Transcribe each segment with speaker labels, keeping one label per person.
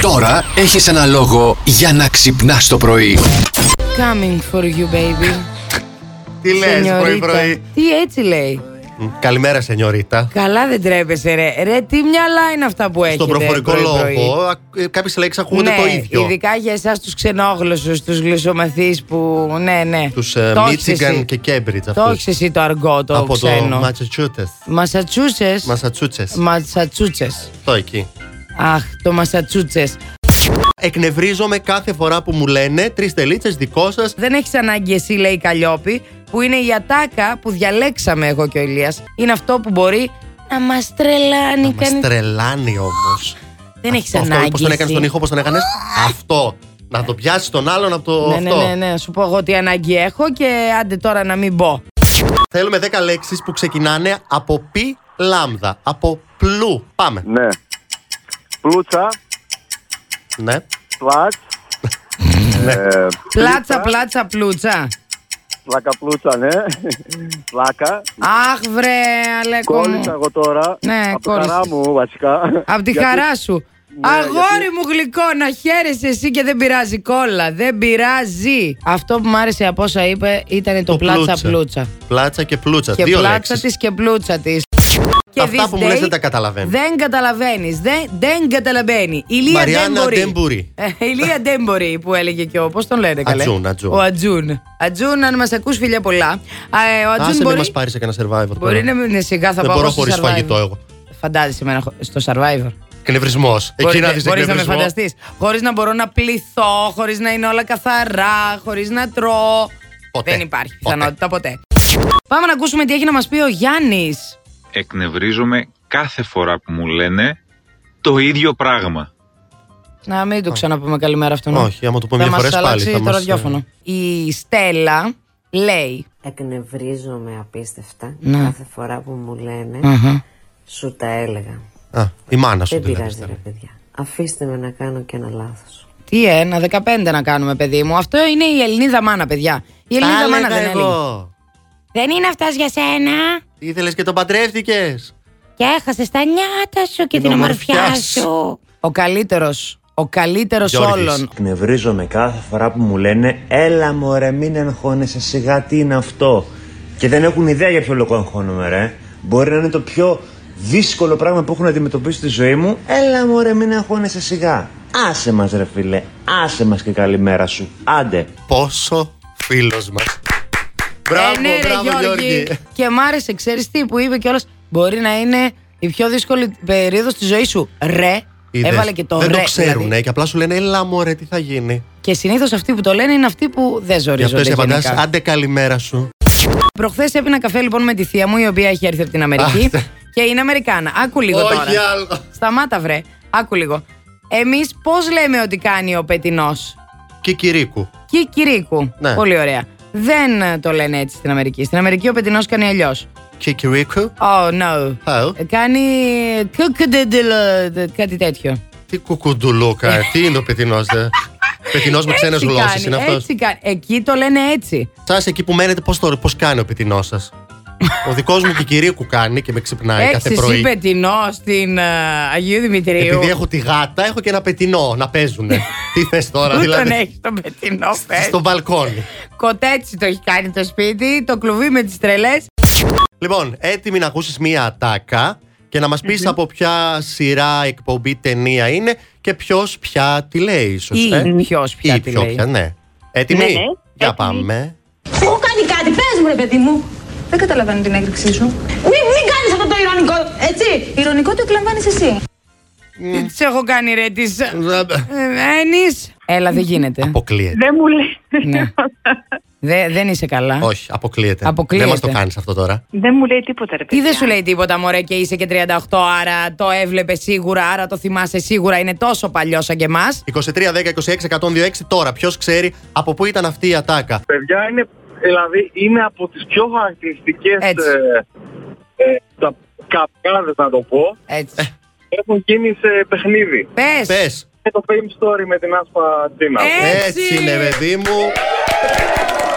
Speaker 1: Τώρα έχεις ένα λόγο για να ξυπνάς το πρωί.
Speaker 2: Coming for you, baby.
Speaker 3: Τι λες
Speaker 2: Σενιωρίτα.
Speaker 3: πρωί-πρωί.
Speaker 2: Τι έτσι λέει.
Speaker 3: Μ, Καλημέρα, Σενιωρίτα.
Speaker 2: Καλά δεν τρέπεσαι, ρε. Ρε, τι μυαλά είναι αυτά που έχετε.
Speaker 3: Στον προφορικό
Speaker 2: πρωί-πρωί.
Speaker 3: λόγο, κάποιες λέξεις ακούγονται
Speaker 2: Ναι,
Speaker 3: το ίδιο.
Speaker 2: ειδικά για εσάς τους ξενόγλωσσους, τους γλωσσομαθείς που. Ναι, ναι.
Speaker 3: Τους
Speaker 2: Το
Speaker 3: ε,
Speaker 2: έχεις εσύ.
Speaker 3: Μίτσιγκαν και Κέμπριτζ
Speaker 2: Το
Speaker 3: αυτούς.
Speaker 2: έχει εσύ το αργό, το
Speaker 3: Από το
Speaker 2: ξένο.
Speaker 3: Ματσατσούτες.
Speaker 2: Μασατσούσες.
Speaker 3: Μασατσούτσες.
Speaker 2: Μασατσούτσες.
Speaker 3: Το εκεί.
Speaker 2: Αχ, το Μασατσούτσες.
Speaker 3: Εκνευρίζομαι κάθε φορά που μου λένε τρεις τελίτσες δικό σας.
Speaker 2: Δεν έχεις ανάγκη εσύ, λέει η Καλλιόπη, που είναι η ατάκα που διαλέξαμε εγώ και ο Ηλίας. Είναι αυτό που μπορεί να μας τρελάνει
Speaker 3: Μας
Speaker 2: κανείς.
Speaker 3: τρελάνει όμως.
Speaker 2: Δεν έχεις
Speaker 3: Αυτό
Speaker 2: ανάγκη.
Speaker 3: πώ τον έκανε
Speaker 2: εσύ.
Speaker 3: τον ήχο, πώ τον έκανες. Αυτό. Να το πιάσεις τον άλλον από το.
Speaker 2: Ναι, ναι,
Speaker 3: αυτό.
Speaker 2: ναι, ναι. Σου πω εγώ τι ανάγκη έχω και άντε τώρα να μην πω.
Speaker 3: Θέλουμε 10 λέξεις που ξεκινάνε από πι λάμδα. Από πλου. Πάμε.
Speaker 4: Ναι. Πλούτσα,
Speaker 3: Ναι.
Speaker 4: πλάτ. ε,
Speaker 2: Πλάτσα, πλάτσα, πλούτσα.
Speaker 4: Πλακαπλούτσα, ναι. Πλάκα.
Speaker 2: Αχ, βρε, Αλέκο. μου.
Speaker 4: Κόλλησα εγώ τώρα.
Speaker 2: Ναι,
Speaker 4: Από τη
Speaker 2: κόλλησες.
Speaker 4: χαρά μου, βασικά.
Speaker 2: Απ' τη
Speaker 4: Γιατί-
Speaker 2: χαρά σου.
Speaker 4: Ναι,
Speaker 2: Αγόρι
Speaker 4: γιατί-
Speaker 2: μου γλυκό, να χαίρεσαι εσύ και δεν πειράζει κόλλα. Δεν πειράζει. Αυτό που μου άρεσε από όσα είπε ήταν το, πλάτσα πλούτσα.
Speaker 3: Πλάτσα και πλούτσα.
Speaker 2: Και
Speaker 3: Δύο
Speaker 2: πλάτσα
Speaker 3: λέξεις.
Speaker 2: της και πλούτσα της.
Speaker 3: Αυτά που μου λες δεν τα καταλαβαίνω.
Speaker 2: Δεν καταλαβαίνεις. Δεν, δεν καταλαβαίνει. Η Λία δεν
Speaker 3: Μαριάννα
Speaker 2: μπορεί.
Speaker 3: δεν μπορεί.
Speaker 2: Ε, Η Λία δεν μπορεί που έλεγε και ο. Πώς τον λένε, καλέ.
Speaker 3: Ατζούν, Ατζούν.
Speaker 2: Ο Ατζούν. Ατζούν, αν μας ακούς φίλια πολλά. Α, ε, Ο Ατζούν
Speaker 3: Άσε μην
Speaker 2: μπορεί.
Speaker 3: μας πάρεις σε κανένα survivor
Speaker 2: Μπορεί
Speaker 3: τώρα.
Speaker 2: να μην είναι σιγά, θα
Speaker 3: Δεν
Speaker 2: πάω
Speaker 3: μπορώ
Speaker 2: εγώ στο
Speaker 3: χωρίς
Speaker 2: Survivor.
Speaker 3: φαγητό εγώ.
Speaker 2: Φαντάζεσαι εμένα χω- στο survivor.
Speaker 3: Κνευρισμός. Εκεί να δεις
Speaker 2: Μπορείς να με
Speaker 3: εκνευρισμό.
Speaker 2: φανταστείς. Χωρίς να μπορώ να πληθώ, χωρίς να είναι όλα καθαρά, χωρίς να τρώω.
Speaker 3: Ποτέ.
Speaker 2: Δεν υπάρχει
Speaker 3: Ποτέ.
Speaker 2: πιθανότητα ποτέ. Πάμε να ακούσουμε τι έχει να μας πει ο Γιάννης.
Speaker 5: εκνευρίζομαι κάθε φορά που μου λένε το ίδιο πράγμα.
Speaker 2: Να μην το ξαναπούμε καλημέρα αυτόν.
Speaker 3: Όχι, άμα το πούμε
Speaker 2: θα
Speaker 3: μια
Speaker 2: μας
Speaker 3: φορές πάλι,
Speaker 2: αλλάξει
Speaker 3: θα
Speaker 2: το
Speaker 3: μας, ε,
Speaker 2: ραδιόφωνο. Η Στέλλα λέει.
Speaker 6: Εκνευρίζομαι απίστευτα
Speaker 2: Ναι.
Speaker 6: κάθε φορά που μου λένε
Speaker 2: Αχα.
Speaker 6: σου τα έλεγα.
Speaker 3: Α, η μάνα σου
Speaker 6: Δεν
Speaker 3: δηλαδή.
Speaker 6: πειράζει ρε παιδιά. Αφήστε με να κάνω και ένα λάθος.
Speaker 2: Τι ε, ένα 15 να κάνουμε, παιδί μου. Αυτό είναι η Ελληνίδα μάνα, παιδιά. Η Ελληνίδα
Speaker 3: Τα
Speaker 2: μάνα
Speaker 3: έλεγα
Speaker 2: δεν έλεγε.
Speaker 3: εγώ.
Speaker 2: Δεν είναι αυτά για σένα.
Speaker 3: Ήθελες και τον παντρεύτηκες.
Speaker 2: Και έχασε τα νιάτα σου και
Speaker 3: Την την ομορφιά ομορφιά σου. σου.
Speaker 2: Ο καλύτερος. Ο καλύτερος
Speaker 3: Γιώργης.
Speaker 2: όλων.
Speaker 7: Εκνευρίζομαι κάθε φορά που μου λένε Έλα μωρέ μην εγχώνεσαι σιγά τι είναι αυτό Και δεν έχουν ιδέα για ποιο λόγο εγχώνομαι ρε Μπορεί να είναι το πιο δύσκολο πράγμα που έχω να αντιμετωπίσω στη ζωή μου Έλα μωρέ μην εγχώνεσαι σιγά Άσε μας ρε φίλε, άσε μας και καλημέρα σου, άντε
Speaker 3: Πόσο φίλος μας. Μπράβο,
Speaker 2: Ε, ναι, ρε,
Speaker 3: μπράβο Γιώργη.
Speaker 2: Και μ' άρεσε, ξέρεις τι που είπε κιόλας. Μπορεί να είναι η πιο δύσκολη περίοδος της ζωής σου. Ρε.
Speaker 3: Είδες.
Speaker 2: Έβαλε και το
Speaker 3: Δεν
Speaker 2: ρε.
Speaker 3: το ξέρουν
Speaker 2: δηλαδή.
Speaker 3: ε, και απλά σου λένε Ελά μωρέ τι θα γίνει
Speaker 2: Και συνήθως αυτοί που το λένε είναι αυτοί που δεν
Speaker 3: Γι' αυτό
Speaker 2: ζορίζονται.
Speaker 3: εσύ απαντάς
Speaker 2: γενικά.
Speaker 3: άντε καλημέρα σου
Speaker 2: Προχθές έπινα καφέ λοιπόν με τη θεία μου, η οποία έχει έρθει από την Αμερική.
Speaker 3: Αχ.
Speaker 2: και είναι Αμερικάνα. Άκου λίγο τώρα.
Speaker 3: Όχι άλλο
Speaker 2: Σταμάτα, βρε. Άκου λίγο. Εμείς πώς λέμε ότι κάνει ο πετεινός.
Speaker 3: Κικυρίκου
Speaker 2: Κικυρίκου.
Speaker 3: Ναι.
Speaker 2: Πολύ ωραία. Δεν ε, το λένε έτσι στην Αμερική. Στην Αμερική ο πετεινός κάνει αλλιώς.
Speaker 3: Κικυρίκου
Speaker 2: Oh no.
Speaker 3: How?
Speaker 2: Ε, Κάνει. κουκουντεντελο- Κάτι τέτοιο.
Speaker 3: Τι κουκουντουλούκα, ε, τι είναι ο πετεινός. Πετεινός με ξένες
Speaker 2: Έτσι
Speaker 3: γλώσσες
Speaker 2: κάνει,
Speaker 3: είναι αυτός.
Speaker 2: έτσι κάνει. Εκεί το λένε έτσι.
Speaker 3: Σα εκεί που μένετε, πώς πώς κάνει ο πετεινός σας. ο δικός μου και κυρίκου κάνει και με ξυπνάει κάθε
Speaker 2: Έξι ή
Speaker 3: πρωί.
Speaker 2: πετεινό στην ε, Αγίου Δημητρίου.
Speaker 3: Επειδή έχω τη γάτα, έχω και ένα πετεινό να παίζουνε. τι θες τώρα,
Speaker 2: Πού τον
Speaker 3: δηλαδή.
Speaker 2: έχεις τον πετεινό, πες.
Speaker 3: στο μπαλκόνι.
Speaker 2: Κοτέτσι το έχει κάνει το σπίτι, το κλουβί με τις τρελές.
Speaker 3: λοιπόν, έτοιμη να ακούσεις μία ατάκα και να μας πεις από ποια σειρά, εκπομπή, ταινία είναι και ποιος πια τη λέει, ίσως.
Speaker 2: Ή ποιος πια τη λέει.
Speaker 3: ναι. Έτοιμη.
Speaker 8: Ναι, ναι.
Speaker 3: Για
Speaker 8: Έτοιμη.
Speaker 3: πάμε.
Speaker 8: Έχω κάνει κάτι, πες μου ρε παιδί μου.
Speaker 9: Δεν καταλαβαίνω την έκρηξή σου.
Speaker 8: Μην, μην κάνεις αυτό το ηρωνικό, έτσι.
Speaker 9: Ηρωνικό το εκλαμβάνεις εσύ.
Speaker 2: Τι τις έχω κάνει, ρε, τη. Ένις. Έλα, δεν γίνεται.
Speaker 3: Αποκλείεται.
Speaker 8: Δεν μου λέει.
Speaker 2: Ναι. Δε- δεν είσαι καλά.
Speaker 3: Όχι, αποκλείεται.
Speaker 2: Αποκλείεται.
Speaker 3: Δεν μας το κάνεις αυτό τώρα.
Speaker 8: Δεν μου λέει τίποτα ρε
Speaker 2: Τι
Speaker 8: παιδί.
Speaker 2: δεν σου λέει τίποτα, Μωρέ, και είσαι και 38, άρα το έβλεπε σίγουρα, άρα το θυμάσαι σίγουρα. Είναι τόσο παλιό σαν και εμάς.
Speaker 3: 23-10-26-126 τώρα. Ποιος ξέρει από πού ήταν αυτή η ατάκα.
Speaker 10: παιδιά είναι, δηλαδή, είναι από τις πιο χαρακτηριστικές
Speaker 2: Έτσι.
Speaker 10: ε, ε, τα καπκάδες να το πω
Speaker 2: Έτσι.
Speaker 10: έχουν γίνει σε παιχνίδι.
Speaker 2: Πες.
Speaker 3: Πες.
Speaker 10: Είναι το fame story με την Άσπα Τζίνα.
Speaker 2: Ε, Έτσι.
Speaker 3: Έτσι είναι, παιδί μου.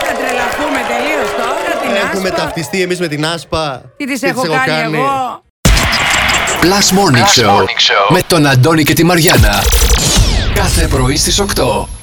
Speaker 2: Θα τρελαθούμε τελείως τώρα. Την
Speaker 3: Έχουμε
Speaker 2: άσπα.
Speaker 3: ταυτιστεί εμείς με την Άσπα.
Speaker 2: Τι της έχω κάνει εγώ.
Speaker 1: Plus Morning, Show, με τον Αντώνη και τη Μαριάνα. πρωί στις 8.